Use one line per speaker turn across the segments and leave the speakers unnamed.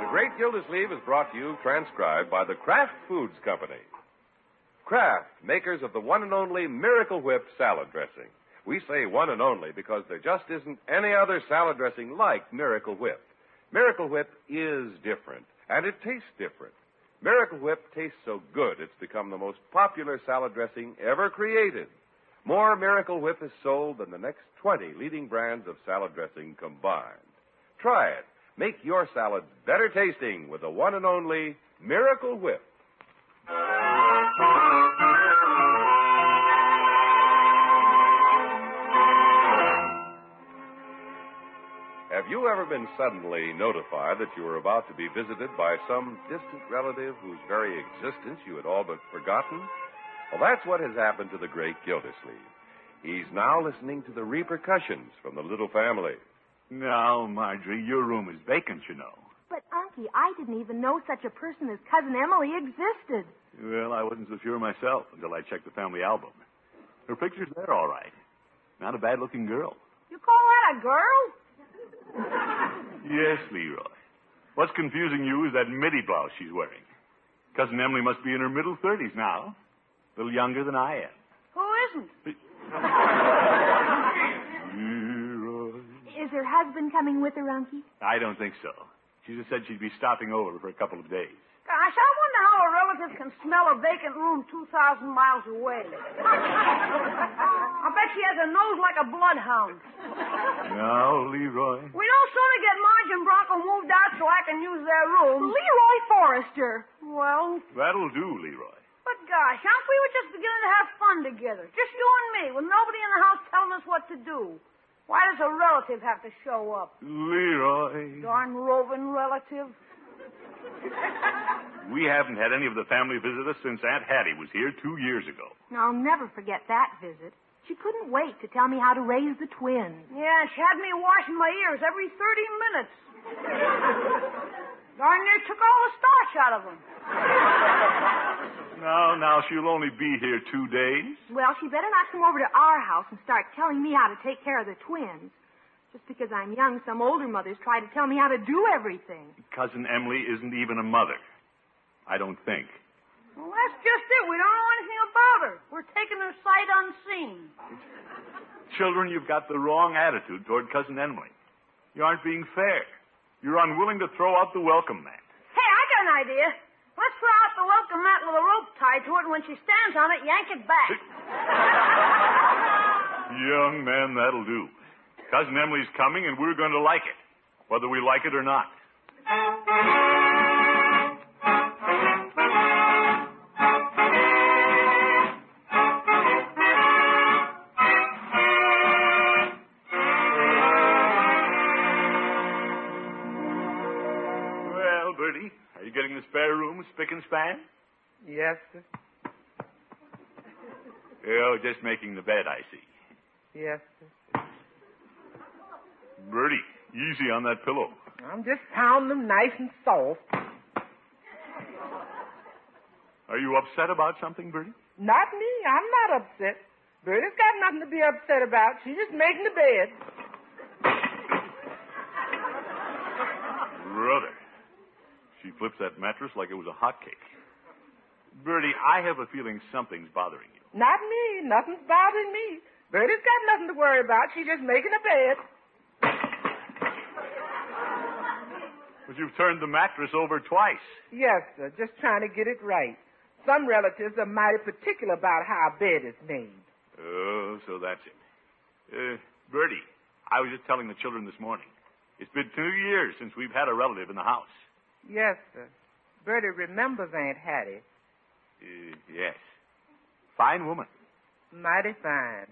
The Great Gildersleeve is brought to you transcribed by the Kraft Foods Company. Kraft, makers of the one and only Miracle Whip salad dressing. We say one and only because there just isn't any other salad dressing like Miracle Whip. Miracle Whip is different, and it tastes different. Miracle Whip tastes so good it's become the most popular salad dressing ever created. More Miracle Whip is sold than the next 20 leading brands of salad dressing combined. Try it. Make your salads better tasting with the one and only Miracle Whip. Have you ever been suddenly notified that you were about to be visited by some distant relative whose very existence you had all but forgotten? Well, that's what has happened to the great Gildersleeve. He's now listening to the repercussions from the little family.
No, Marjorie, your room is vacant, you know.
But, Unky, I didn't even know such a person as Cousin Emily existed.
Well, I wasn't so sure myself until I checked the family album. Her picture's there, all right. Not a bad looking girl.
You call that a girl?
Yes, Leroy. What's confusing you is that midi blouse she's wearing. Cousin Emily must be in her middle 30s now. A little younger than I
Who isn't?
am. Leroy.
Is her husband coming with her, Unky?
I don't think so. She just said she'd be stopping over for a couple of days.
Gosh, I wonder how a relative can smell a vacant room 2,000 miles away. I bet she has a nose like a bloodhound.
No, Leroy.
We don't sooner get Marge and Bronco moved out so I can use their room.
Leroy Forrester.
Well,
That'll do, Leroy.
but gosh, how if we were just beginning to have fun together? Just you and me, with nobody in the house telling us what to do. Why does a relative have to show up?
Leroy.
Darn roving relative.
We haven't had any of the family visit us since Aunt Hattie was here two years ago.
And I'll never forget that visit. She couldn't wait to tell me how to raise the twins.
Yeah, she had me washing my ears every 30 minutes. Darn near took all the starch out of them.
No, now she'll only be here two days.
Well, she better not come over to our house and start telling me how to take care of the twins. Just because I'm young, some older mothers try to tell me how to do everything.
Cousin Emily isn't even a mother. I don't think.
Well, that's just it. We don't know anything about her. We're taking her sight unseen.
Children, you've got the wrong attitude toward Cousin Emily. You aren't being fair. You're unwilling to throw out the welcome mat.
Hey, I got an idea. Let's throw out the welcome mat with a rope tied to it, and when she stands on it, yank it back.
Young man, that'll do. Cousin Emily's coming, and we're going to like it, whether we like it or not. Well, Bertie, are you getting the spare room spick and span?
Yes, sir.
Oh, just making the bed, I see.
Yes, sir.
Bertie, easy on that pillow.
I'm just pounding them nice and soft.
Are you upset about something, Bertie?
Not me. I'm not upset. Bertie's got nothing to be upset about. She's just making the bed.
Brother. She flips that mattress like it was a hotcake. Bertie, I have a feeling something's bothering you.
Not me. Nothing's bothering me. Bertie's got nothing to worry about. She's just making a bed.
But you've turned the mattress over twice.
Yes, sir. Just trying to get it right. Some relatives are mighty particular about how a bed is made.
Oh, so that's it. Uh, Bertie, I was just telling the children this morning. It's been two years since we've had a relative in the house.
Yes, sir. Bertie remembers Aunt Hattie.
Uh, yes. Fine woman.
Mighty fine.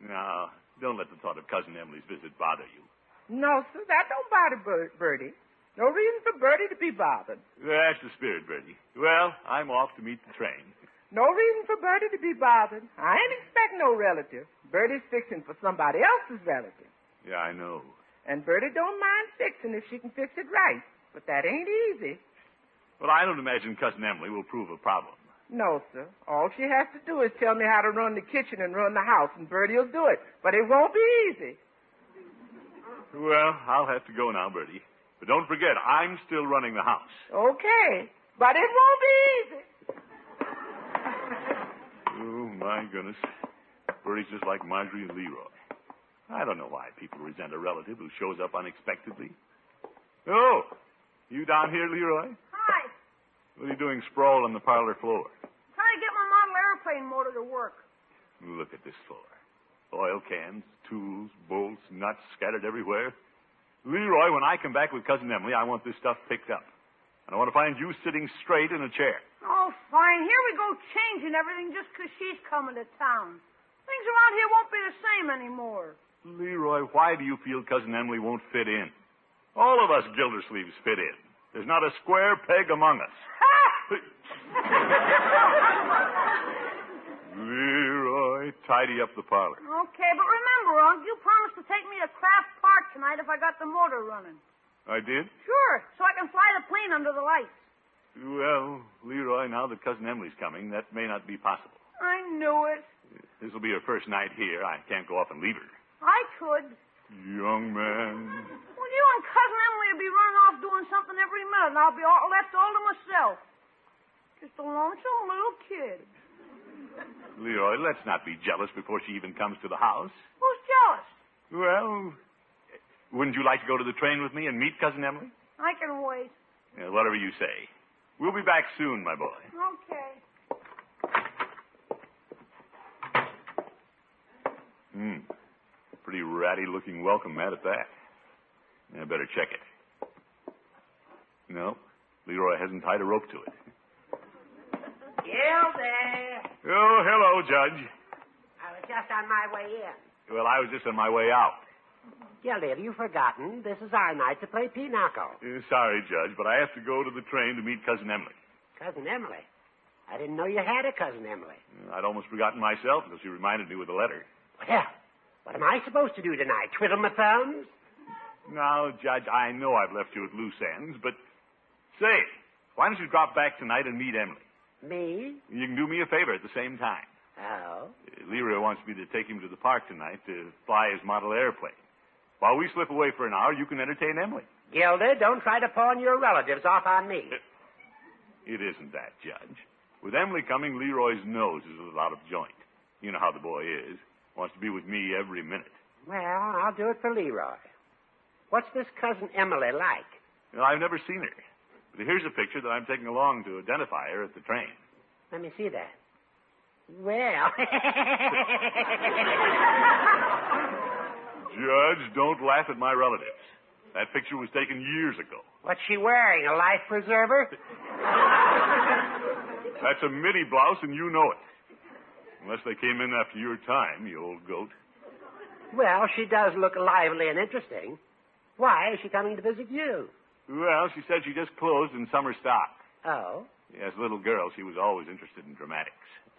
Now, don't let the thought of Cousin Emily's visit bother you.
No, sir. That don't bother Ber- Bertie. No reason for Bertie to be bothered.
That's the spirit, Bertie. Well, I'm off to meet the train.
No reason for Bertie to be bothered. I ain't expect no relative. Bertie's fixing for somebody else's relative.
Yeah, I know.
And Bertie don't mind fixing if she can fix it right. But that ain't easy.
Well, I don't imagine Cousin Emily will prove a problem.
No, sir. All she has to do is tell me how to run the kitchen and run the house, and Bertie will do it. But it won't be easy.
Well, I'll have to go now, Bertie. But don't forget, I'm still running the house.
Okay. But it won't be easy.
Oh, my goodness. Bertie's just like Marjorie and Leroy. I don't know why people resent a relative who shows up unexpectedly. Oh, you down here, Leroy?
Hi.
What are you doing sprawled on the parlor floor?
Trying to get my model airplane motor to work.
Look at this floor. Oil cans, tools, bolts, nuts scattered everywhere. Leroy, when I come back with Cousin Emily, I want this stuff picked up. And I want to find you sitting straight in a chair.
Oh, fine. Here we go changing everything just 'cause she's coming to town. Things around here won't be the same anymore.
Leroy, why do you feel Cousin Emily won't fit in? All of us Gildersleeves fit in. There's not a square peg among us. Leroy, tidy up the parlor.
Okay, but remember, Unc, you promised to take me to Craft Park tonight if I got the motor running.
I did?
Sure, so I can fly the plane under the lights.
Well, Leroy, now that Cousin Emily's coming, that may not be possible.
I knew it.
This will be her first night here. I can't go off and leave her.
I could.
Young man.
Well, you and Cousin Emily will be running off doing something every minute, and I'll be all left all to myself. Just a lonesome little kid.
Leroy, let's not be jealous before she even comes to the house.
Who's jealous?
Well, wouldn't you like to go to the train with me and meet Cousin Emily?
I can wait.
Yeah, whatever you say. We'll be back soon, my boy.
Okay.
Hmm. Pretty ratty looking welcome mat at that. I better check it. No, Leroy hasn't tied a rope to it.
You there.
Oh, hello, Judge.
I was just on my way in.
Well, I was just on my way out.
Gildy, have you forgotten? This is our night to play pinochle.
Uh, sorry, Judge, but I have to go to the train to meet Cousin Emily.
Cousin Emily. I didn't know you had a cousin Emily.
Uh, I'd almost forgotten myself until she reminded me with a letter.
Well, what am I supposed to do tonight? Twiddle my thumbs?
Now, Judge, I know I've left you at loose ends, but say, why don't you drop back tonight and meet Emily?
Me?
You can do me a favor at the same time.
Oh.
Uh, Leroy wants me to take him to the park tonight to fly his model airplane. While we slip away for an hour, you can entertain Emily.
Gilda, don't try to pawn your relatives off on me.
It isn't that, Judge. With Emily coming, Leroy's nose is a little out of joint. You know how the boy is. Wants to be with me every minute.
Well, I'll do it for Leroy. What's this cousin Emily like?
You know, I've never seen her. But here's a picture that I'm taking along to identify her at the train.
Let me see that. Well.
Judge, don't laugh at my relatives. That picture was taken years ago.
What's she wearing? A life preserver?
That's a midi blouse, and you know it. Unless they came in after your time, you old goat.
Well, she does look lively and interesting. Why is she coming to visit you?
Well, she said she just closed in summer stock.
Oh,
As a little girl, she was always interested in dramatics.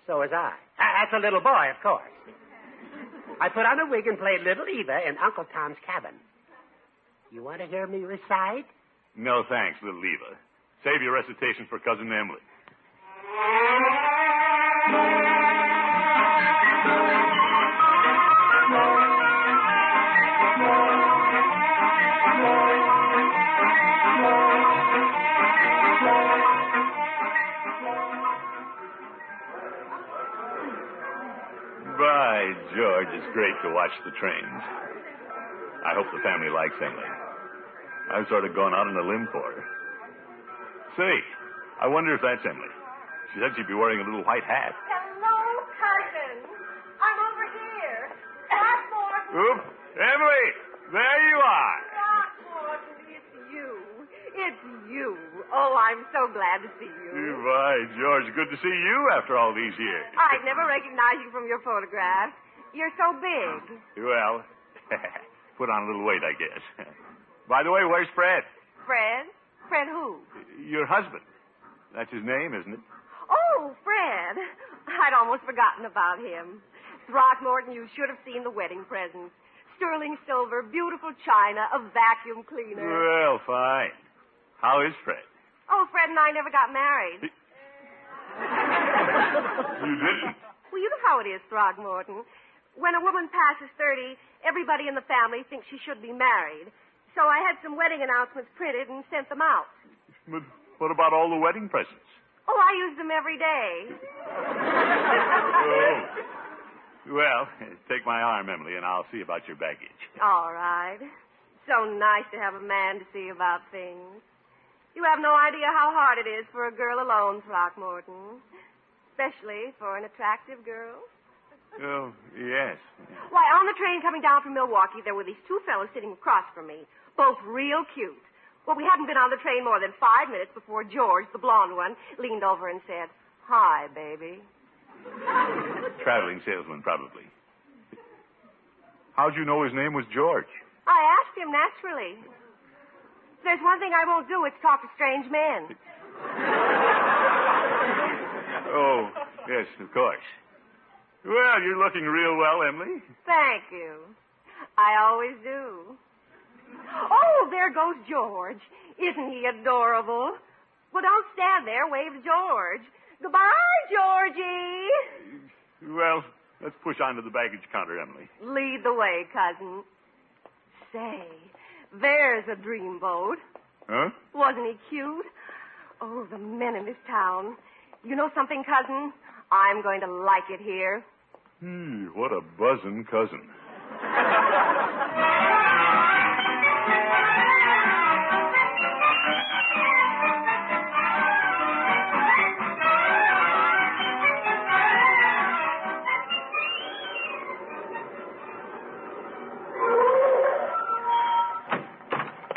so was I. I. That's a little boy, of course. I put on a wig and played Little Eva in Uncle Tom's Cabin. You want to hear me recite?
No thanks, little Eva. Save your recitation for Cousin Emily. By George, it's great to watch the trains. I hope the family likes Emily. I've sort of gone out on a limb for her. Say, I wonder if that's Emily. She said she'd be wearing a little white hat.
Hello, cousin. I'm over here. Throckmorton,
Oop! Emily! There you are!
Throckmorton, it's you. It's you. Oh, I'm so glad to see you.
Why, George, good to see you after all these years.
I'd never recognize you from your photograph. You're so big.
Well, put on a little weight, I guess. By the way, where's Fred?
Fred? Fred who?
Your husband. That's his name, isn't it?
Oh, Fred. I'd almost forgotten about him. Throckmorton, you should have seen the wedding presents. Sterling silver, beautiful china, a vacuum cleaner.
Well, fine. How is Fred?
Oh, Fred and I never got married.
You didn't.
Well, you know how it is, Throckmorton. When a woman passes 30, everybody in the family thinks she should be married. So I had some wedding announcements printed and sent them out.
But what about all the wedding presents?
Oh, I use them every day.
Oh. Well, take my arm, Emily, and I'll see about your baggage.
All right. So nice to have a man to see about things. You have no idea how hard it is for a girl alone, Throckmorton. Especially for an attractive girl.
Oh, yes.
Why, on the train coming down from Milwaukee, there were these two fellows sitting across from me, both real cute. Well, we hadn't been on the train more than five minutes before George, the blonde one, leaned over and said, Hi, baby.
Traveling salesman, probably. How'd you know his name was George?
I asked him naturally. If There's one thing I won't do, it's talk to strange men.
Oh, yes, of course. Well, you're looking real well, Emily.
Thank you. I always do. Oh, there goes George. Isn't he adorable? Well, don't stand there. Wave to George. Goodbye, Georgie.
Well, let's push on to the baggage counter, Emily.
Lead the way, cousin. Say, there's a dreamboat.
Huh?
Wasn't he cute? Oh, the men in this town. You know something, cousin? I'm going to like it here.
Gee, what a buzzing cousin.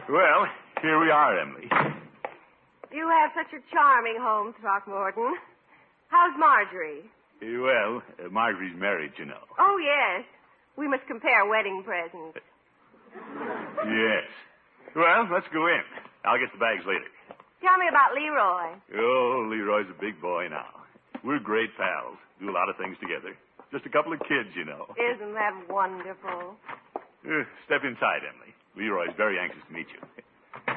Well, here we are, Emily.
You have such a charming home, Throckmorton. How's Marjorie?
Well, uh, Marjorie's married, you know.
Oh, yes. We must compare wedding presents.
Yes. Well, let's go in. I'll get the bags later.
Tell me about Leroy.
Oh, Leroy's a big boy now. We're great pals. Do a lot of things together. Just a couple of kids, you know.
Isn't that wonderful?
Uh, step inside, Emily. Leroy's very anxious to meet you.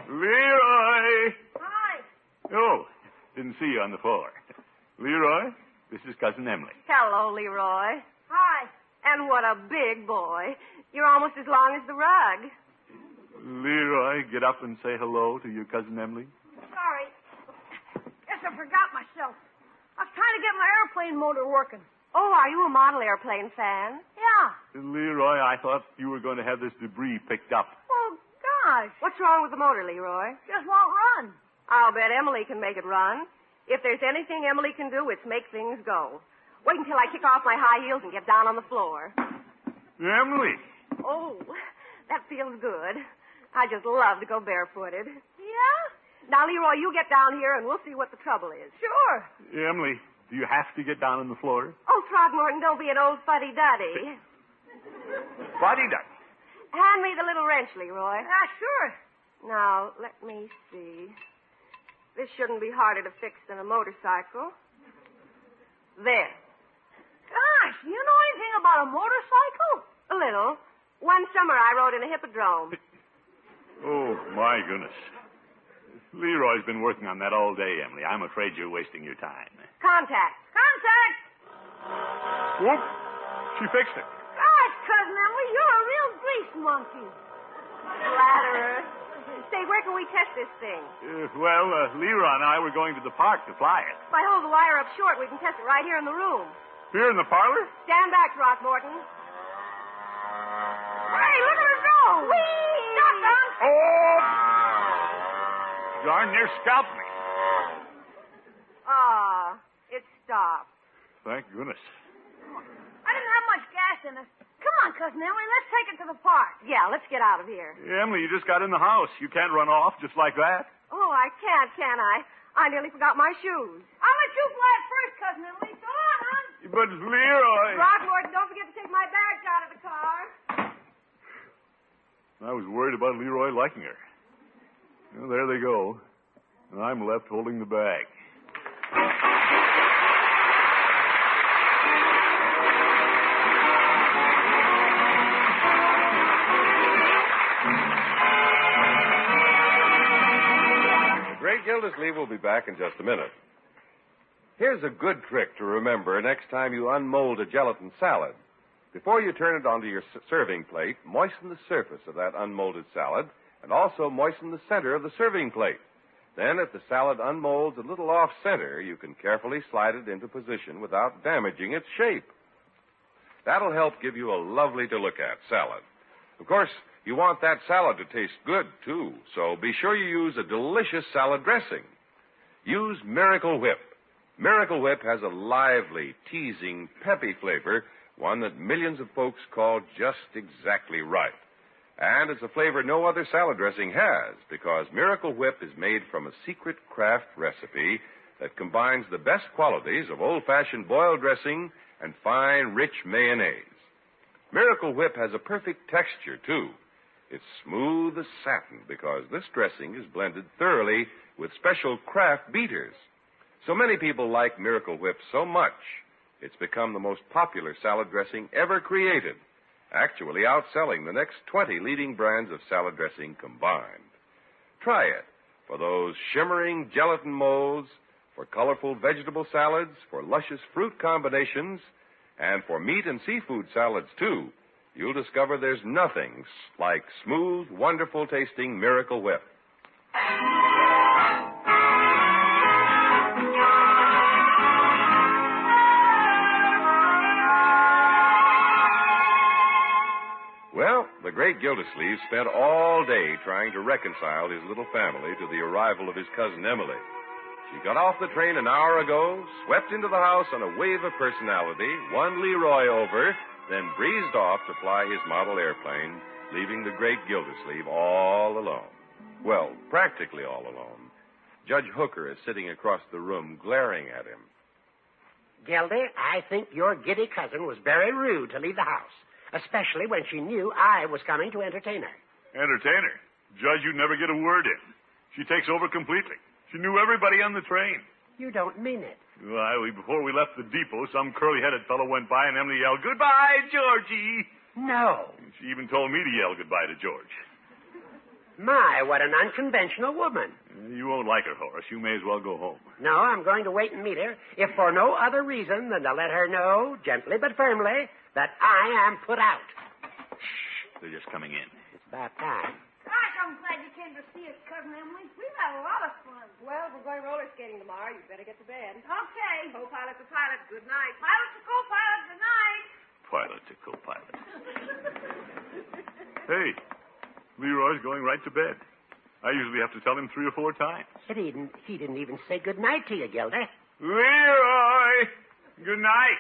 Leroy!
Hi.
Oh, didn't see you on the floor. Leroy, this is Cousin Emily.
Hello, Leroy.
Hi.
And what a big boy. You're almost as long as the rug.
Leroy, get up and say hello to your Cousin Emily.
Sorry. Guess I forgot myself. I was trying to get my airplane motor working.
Oh, are you a model airplane fan?
Yeah.
Leroy, I thought you were going to have this debris picked up.
Well, gosh.
What's wrong with the motor, Leroy?
Just won't run.
I'll bet Emily can make it run. If there's anything Emily can do, it's make things go. Wait until I kick off my high heels and get down on the floor.
Emily!
Oh, that feels good. I just love to go barefooted.
Yeah?
Now, Leroy, you get down here and we'll see what the trouble is.
Sure.
Emily, do you have to get down on the floor?
Oh, Throckmorton, don't be an old fuddy duddy.
Body duck.
Hand me the little wrench, Leroy.
Yeah, Ah, sure.
Now, let me see. This shouldn't be harder to fix than a motorcycle. There.
Gosh, you know anything about a motorcycle?
A little. One summer I rode in a hippodrome.
Oh, my goodness. Leroy's been working on that all day, Emily. I'm afraid you're wasting your time.
Contact.
Contact.
Whoop! She fixed it.
Gosh, Cousin Emily, you're a real grease monkey.
Flatterer. Say, where can we test this thing?
Uh, well, uh, Leroy and I were going to the park to fly it.
If I hold the wire up short, we can test it right here in the room.
Here in the parlor?
Stand back, Throckmorton.
Hey, look at her go. Whee! Stop, Tom.
Oh! Darn near scalped me.
Ah, it stopped.
Thank goodness.
I didn't have much gas in us. Come on, Cousin Emily, let's take it to the park.
Yeah, let's get out of here.
Emily, you just got in the house. You can't run off just like that.
Oh, I can't, can I? I nearly forgot my shoes.
I'll let you fly it first, Cousin Emily. Go on, hon.
But Leroy.
Throckmorton, don't forget to take my bags out of the car.
I was worried about Leroy liking her. Well, there they go. And I'm left holding the bag.
The Great Gildersleeve will be back in just a minute. Here's a good trick to remember next time you unmold a gelatin salad. Before you turn it onto your s- serving plate, moisten the surface of that unmolded salad and also moisten the center of the serving plate. Then, if the salad unmolds a little off center, you can carefully slide it into position without damaging its shape. That'll help give you a lovely to look at salad. Of course, you want that salad to taste good, too, so be sure you use a delicious salad dressing. Use Miracle Whip. Miracle Whip has a lively, teasing, peppy flavor, one that millions of folks call just exactly right. And it's a flavor no other salad dressing has because Miracle Whip is made from a secret craft recipe that combines the best qualities of old fashioned boiled dressing and fine, rich mayonnaise. Miracle Whip has a perfect texture, too. It's smooth as satin because this dressing is blended thoroughly with special craft beaters. So many people like Miracle Whip so much, it's become the most popular salad dressing ever created, actually outselling the next 20 leading brands of salad dressing combined. Try it for those shimmering gelatin molds, for colorful vegetable salads, for luscious fruit combinations, and for meat and seafood salads, too. You'll discover there's nothing s- like smooth, wonderful tasting Miracle Whip. Well, the great Gildersleeve spent all day trying to reconcile his little family to the arrival of his cousin Emily. She got off the train an hour ago, swept into the house on a wave of personality, won Leroy over, then breezed off to fly his model airplane, leaving the great Gildersleeve all alone. Well, practically all alone. Judge Hooker is sitting across the room glaring at him.
Gildy, I think your giddy cousin was very rude to leave the house, especially when she knew I was coming to entertain her.
Entertainer. Judge, you never get a word in. She takes over completely. She knew everybody on the train.
You don't mean it.
Why, we, before we left the depot, some curly-headed fellow went by and Emily yelled, Goodbye, Georgie!
No.
She even told me to yell goodbye to George.
My, what an unconventional woman.
You won't like her, Horace. You may as well go home.
No, I'm going to wait and meet her, if for no other reason than to let her know, gently but firmly, that I am put out.
They're just coming in.
It's about time.
Gosh, I'm glad you came to see us, Cousin Emily. We've had a lot of fun.
Well, we're going roller skating tomorrow. You better get to bed.
Okay.
Co-pilot to pilot, good night.
Pilot to co-pilot, good night.
Pilot to co-pilot. hey, Leroy's going right to bed. I usually have to tell him three or four times.
He didn't, he didn't even say good night to you, Gildy.
Leroy! Good night.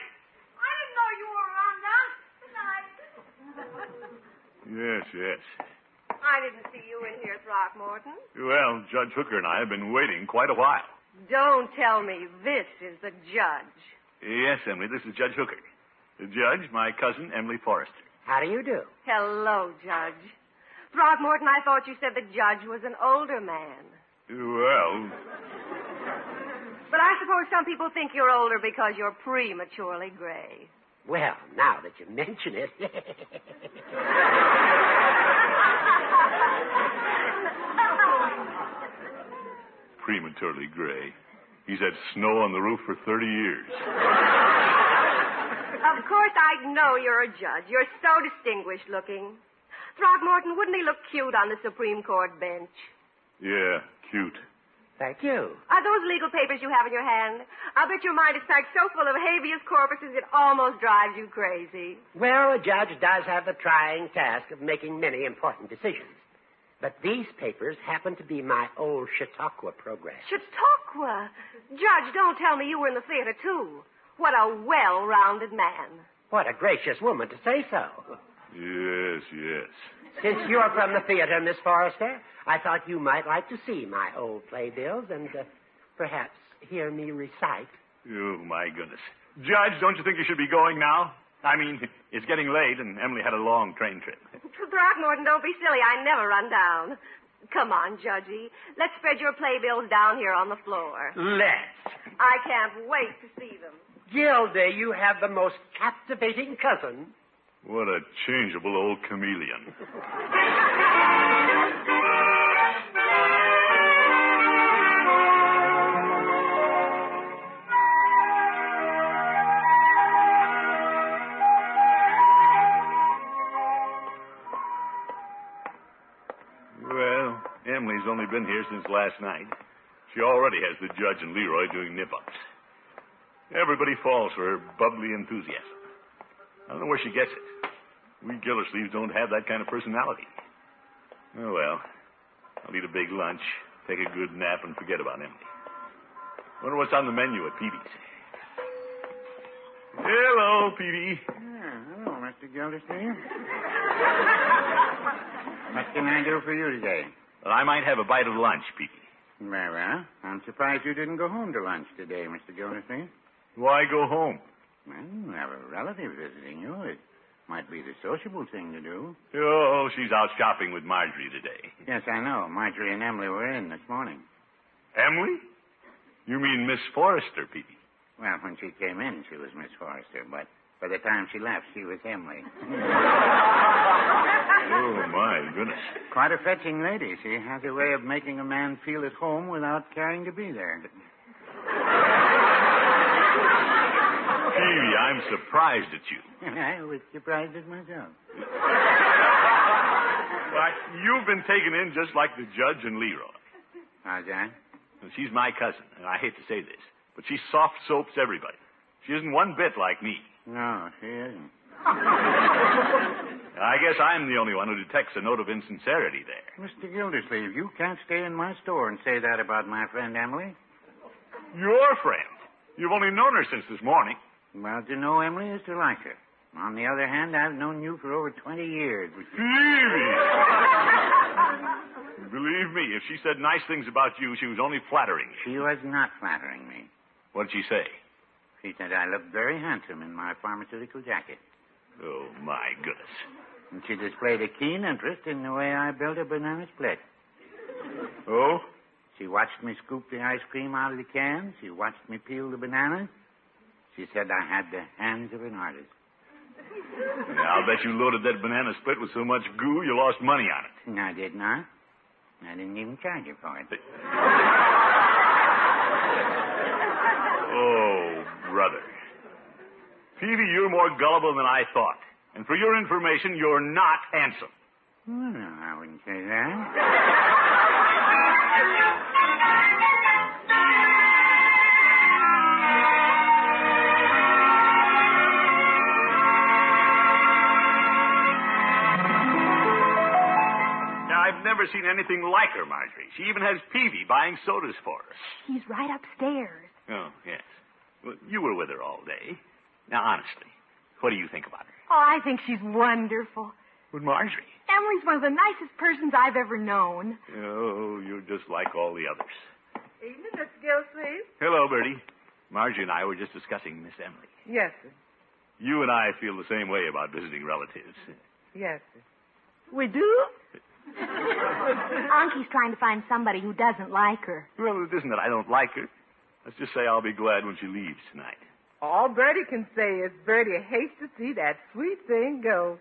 I didn't know you were around, Don. Good night.
Yes, yes.
I didn't see you in here, Throckmorton.
Well, Judge Hooker and I have been waiting quite a while.
Don't tell me this is the judge.
Yes, Emily, this is Judge Hooker. The judge, my cousin, Emily Forrester.
How do you do?
Hello, Judge. Throckmorton, I thought you said the judge was an older man.
Well,
But I suppose some people think you're older because you're prematurely gray.
Well, now that you mention it.
prematurely gray. He's had snow on the roof for 30 years.
Of course, I know you're a judge. You're so distinguished looking. Throckmorton, wouldn't he look cute on the Supreme Court bench?
Yeah, cute.
Thank you.
Are those legal papers you have in your hand? I'll bet your mind is packed so full of habeas corpuses it almost drives you crazy.
Well, a judge does have the trying task of making many important decisions. But these papers happen to be my old Chautauqua program.
Chautauqua! Judge, don't tell me you were in the theater, too. What a well rounded man.
What a gracious woman to say so.
Yes, yes.
Since you're from the theater, Miss Forrester, I thought you might like to see my old playbills and uh, perhaps hear me recite.
Oh, my goodness. Judge, don't you think you should be going now? I mean, it's getting late, and Emily had a long train trip.
Throckmorton, don't be silly. I never run down. Come on, Judgy. Let's spread your playbills down here on the floor.
Let's.
I can't wait to see them.
Gilda, you have the most captivating cousin.
What a changeable old chameleon. Well, Emily's only been here since last night. She already has the judge and Leroy doing nip ups. Everybody falls for her bubbly enthusiasm. I don't know where she gets it. We Gillersleeves don't have that kind of personality. Oh, well. I'll eat a big lunch, take a good nap, and forget about Emily. Wonder what's on the menu at Peavy's. Hello, Peavy.
hello, Mr. Gildersleeve. what can I do for you today?
Well, I might have a bite of lunch, Peavy.
Very well. I'm surprised you didn't go home to lunch today, Mr. Gildersleeve.
Why go home?
Well, you have a relative visiting you. It might be the sociable thing to do.
Oh, she's out shopping with Marjorie today.
Yes, I know. Marjorie and Emily were in this morning.
Emily? You mean Miss Forrester, Peavy?
Well, when she came in, she was Miss Forrester, but by the time she left, she was Emily.
Oh, my goodness.
Quite a fetching lady. She has a way of making a man feel at home without caring to be there.
Peavy, I'm surprised at you.
I was surprised at myself.
Why, you've been taken in just like the judge and Leroy.
How's that?
And she's my cousin, and I hate to say this, but she soft soaps everybody. She isn't one bit like me.
No, she isn't.
I guess I'm the only one who detects a note of insincerity there.
Mr. Gildersleeve, you can't stay in my store and say that about my friend Emily.
Your friend. You've only known her since this morning.
Well, to know Emily is to like her. On the other hand, I've known you for over 20 years.
Peavy! Believe me, if she said nice things about you, she was only flattering you.
She was not flattering me.
What did she say?
She said I looked very handsome in my pharmaceutical jacket.
Oh, my goodness.
And she displayed a keen interest in the way I built a banana split.
Oh?
She watched me scoop the ice cream out of the can. She watched me peel the bananas. She said I had the hands of an artist.
I'll bet you loaded that banana split with so much goo you lost money on it.
And I did not. I didn't even charge her for it.
Oh, brother. Peavy, you're more gullible than I thought. And for your information, you're not handsome.
Well, no, I wouldn't say that.
Now, I've never seen anything like her, Marjorie. She even has Peavy buying sodas for her.
He's right upstairs.
Oh, yes. Well, you were with her all day. Now, honestly, what do you think about her?
Oh, I think she's wonderful.
With Marjorie?
Emily's one of the nicest persons I've ever known.
Oh, you're just like all the others.
Evening, Mr. Gilsleeve.
Hello, Bertie. Marjorie and I were just discussing Miss Emily.
Yes, sir.
You and I feel the same way about visiting relatives.
Yes, sir.
We do?
Anki's trying to find somebody who doesn't like her.
Well, it isn't that I don't like her. Let's just say I'll be glad when she leaves tonight.
All Bertie can say is Bertie hates to see that sweet thing go.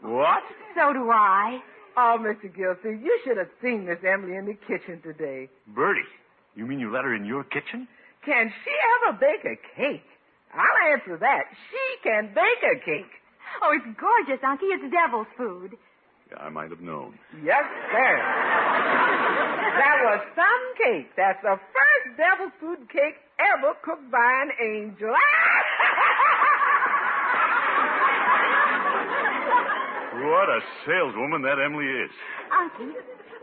What?
So do I.
Oh, Mr. Gilsleeve, you should have seen Miss Emily in the kitchen today.
Bertie, you mean you let her in your kitchen?
Can she ever bake a cake? I'll answer that. She can bake a cake.
Oh, it's gorgeous, Anki. It's devil's food.
Yeah, I might have known.
Yes, sir. that was some cake. That's the first devil food cake ever cooked by an angel.
What a saleswoman that Emily is.
Anki,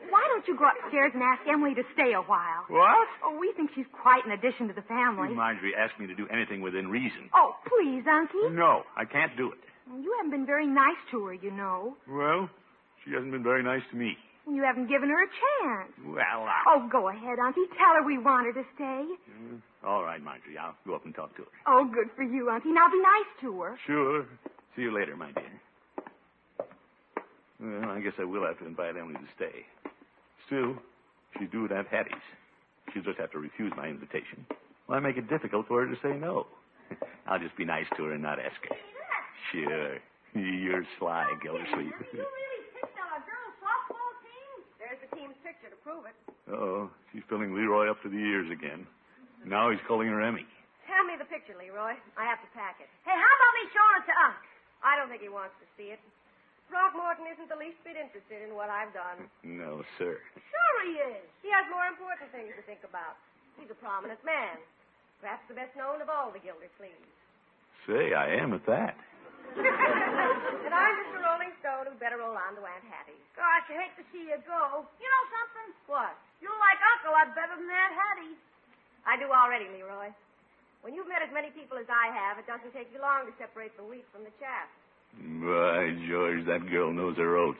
why don't you go upstairs and ask Emily to stay a while?
What?
Oh, we think she's quite an addition to the family.
Marjorie asked me to do anything within reason.
Oh, please, Unky.
No, I can't do it.
You haven't been very nice to her, you know.
Well, she hasn't been very nice to me.
You haven't given her a chance.
Well, I...
Oh, go ahead, Unky. Tell her we want her to stay.
Oh.
All right, Marjorie, I'll go up and talk to her.
Oh, good for you, Unky. Now be nice to her.
Sure. See you later, my dear. Well, I guess I will have to invite Emily to stay. It's Still, she's due at Aunt Hattie's. She'll just have to refuse my invitation. Why make it difficult for her to say no? I'll just be nice to her and not ask her. Sure. You're sly, Gildersleeve.
really picked on a girls' softball team? There's the team's picture to prove it.
oh, she's filling Leroy up to the ears again. Now he's calling her Emmy.
Hand me the picture, Leroy. I have to pack it. Hey, how about me showing it to Unc? I don't think he wants to see it. Throckmorton isn't the least bit interested in what I've done.
No, sir.
Sure he is. He has more important things to think about. He's a prominent man. Perhaps the best known of all the Gildersleeves.
Say, I am at that.
and I'm just a rolling stone who'd better roll on to Aunt Hattie.
Gosh, I hate to see you go. You know something?
What?
You like Uncle a lot better than Aunt Hattie.
I do already, Leroy. When you've met as many people as I have, it doesn't take you long to separate the wheat from the chaff.
By George, that girl knows her oats.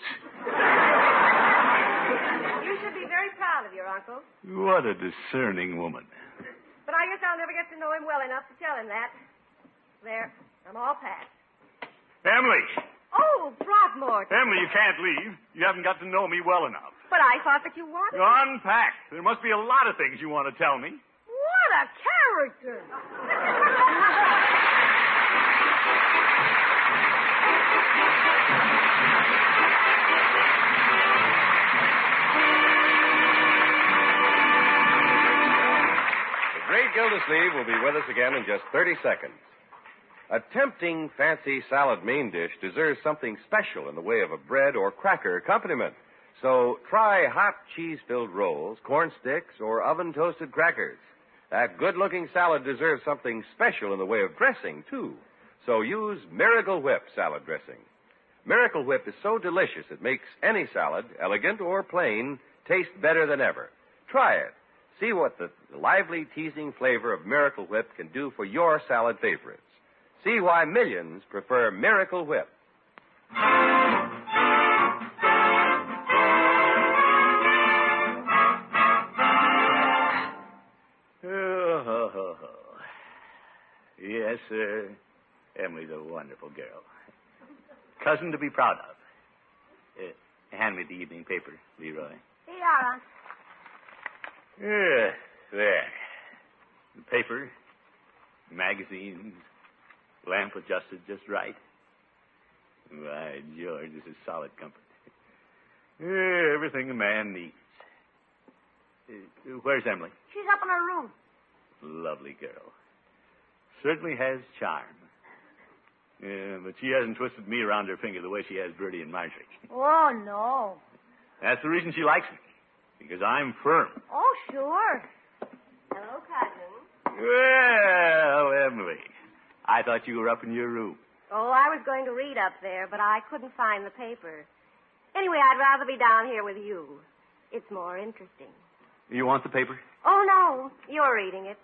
You should be very proud of your uncle,
What a discerning woman.
but I guess I'll never get to know him well enough to tell him that. There, I'm all packed.
Emily!
Oh, Throckmorton!
Emily, you can't leave. You haven't got to know me well enough.
But I thought that you wanted.
Unpack. There must be a lot of things you want to tell me.
What a character!
The great Gildersleeve will be with us again in just 30 seconds. A tempting fancy salad main dish deserves something special in the way of a bread or cracker accompaniment. So try hot cheese filled rolls, corn sticks, or oven toasted crackers. That good looking salad deserves something special in the way of dressing, too. So use Miracle Whip salad dressing. Miracle Whip is so delicious it makes any salad, elegant or plain, taste better than ever. Try it. See what the lively, teasing flavor of Miracle Whip can do for your salad favorites. See why millions prefer Miracle Whip.
Oh, yes, sir. Emily's a wonderful girl. Cousin to be proud of. Uh, hand me the evening paper, Leroy.
Here, Unc.
Yeah, there. The paper, magazines, lamp adjusted just right. Why, George, this is solid comfort. Yeah, everything a man needs. Uh, where's Emily?
She's up in her room.
Lovely girl. Certainly has charm. Yeah, but she hasn't twisted me around her finger the way she has Bertie and Marjorie.
Oh, no.
That's the reason she likes me. Because I'm firm.
Oh, sure.
Hello, cousin.
Well, Emily, I thought you were up in your room.
Oh, I was going to read up there, but I couldn't find the paper. Anyway, I'd rather be down here with you. It's more interesting.
You want the paper?
Oh, no. You're reading it.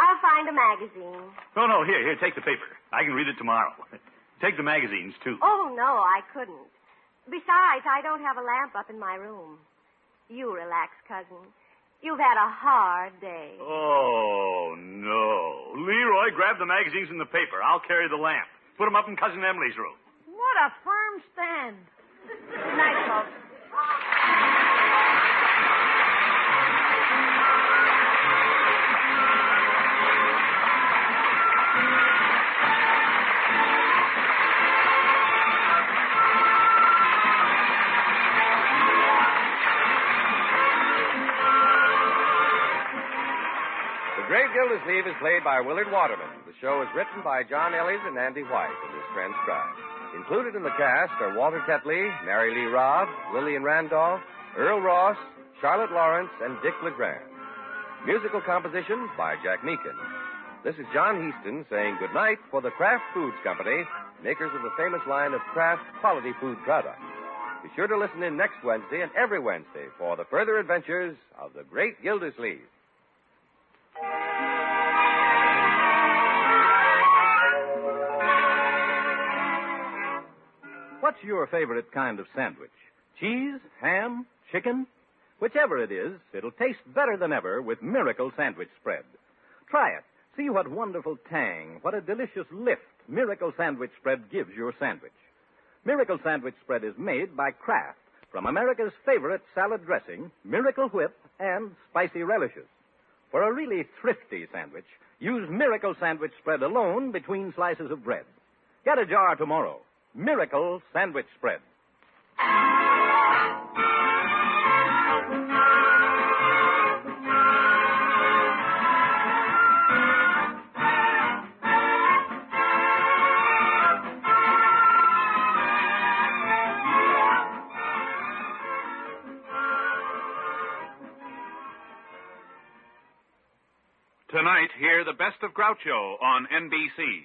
I'll find a magazine.
No, no, here, here, take the paper. I can read it tomorrow. Take the magazines, too.
Oh, no, I couldn't. Besides, I don't have a lamp up in my room. You relax, cousin. You've had a hard day.
Oh, no. Leroy, grab the magazines and the paper. I'll carry the lamp. Put 'em up in Cousin Emily's room.
What a firm stand.
Good night, folks.
The Great Gildersleeve is played by Willard Waterman. The show is written by John Elliott and Andy White and is transcribed. Included in the cast are Walter Tetley, Mary Lee Robb, Lillian Randolph, Earl Ross, Charlotte Lawrence, and Dick LeGrand. Musical compositions by Jack Meakin. This is John Heaston saying goodnight for the Kraft Foods Company, makers of the famous line of Kraft quality food products. Be sure to listen in next Wednesday and every Wednesday for the further adventures of the Great Gildersleeve.
What's your favorite kind of sandwich? Cheese, ham, chicken? Whichever it is, it'll taste better than ever with Miracle Sandwich Spread. Try it. See what wonderful tang, what a delicious lift Miracle Sandwich Spread gives your sandwich. Miracle Sandwich Spread is made by Kraft, from America's favorite salad dressing, Miracle Whip, and spicy relishes. For a really thrifty sandwich, use Miracle Sandwich Spread alone between slices of bread. Get a jar tomorrow. Miracle Sandwich Spread.
Tonight, hear the best of Groucho on NBC.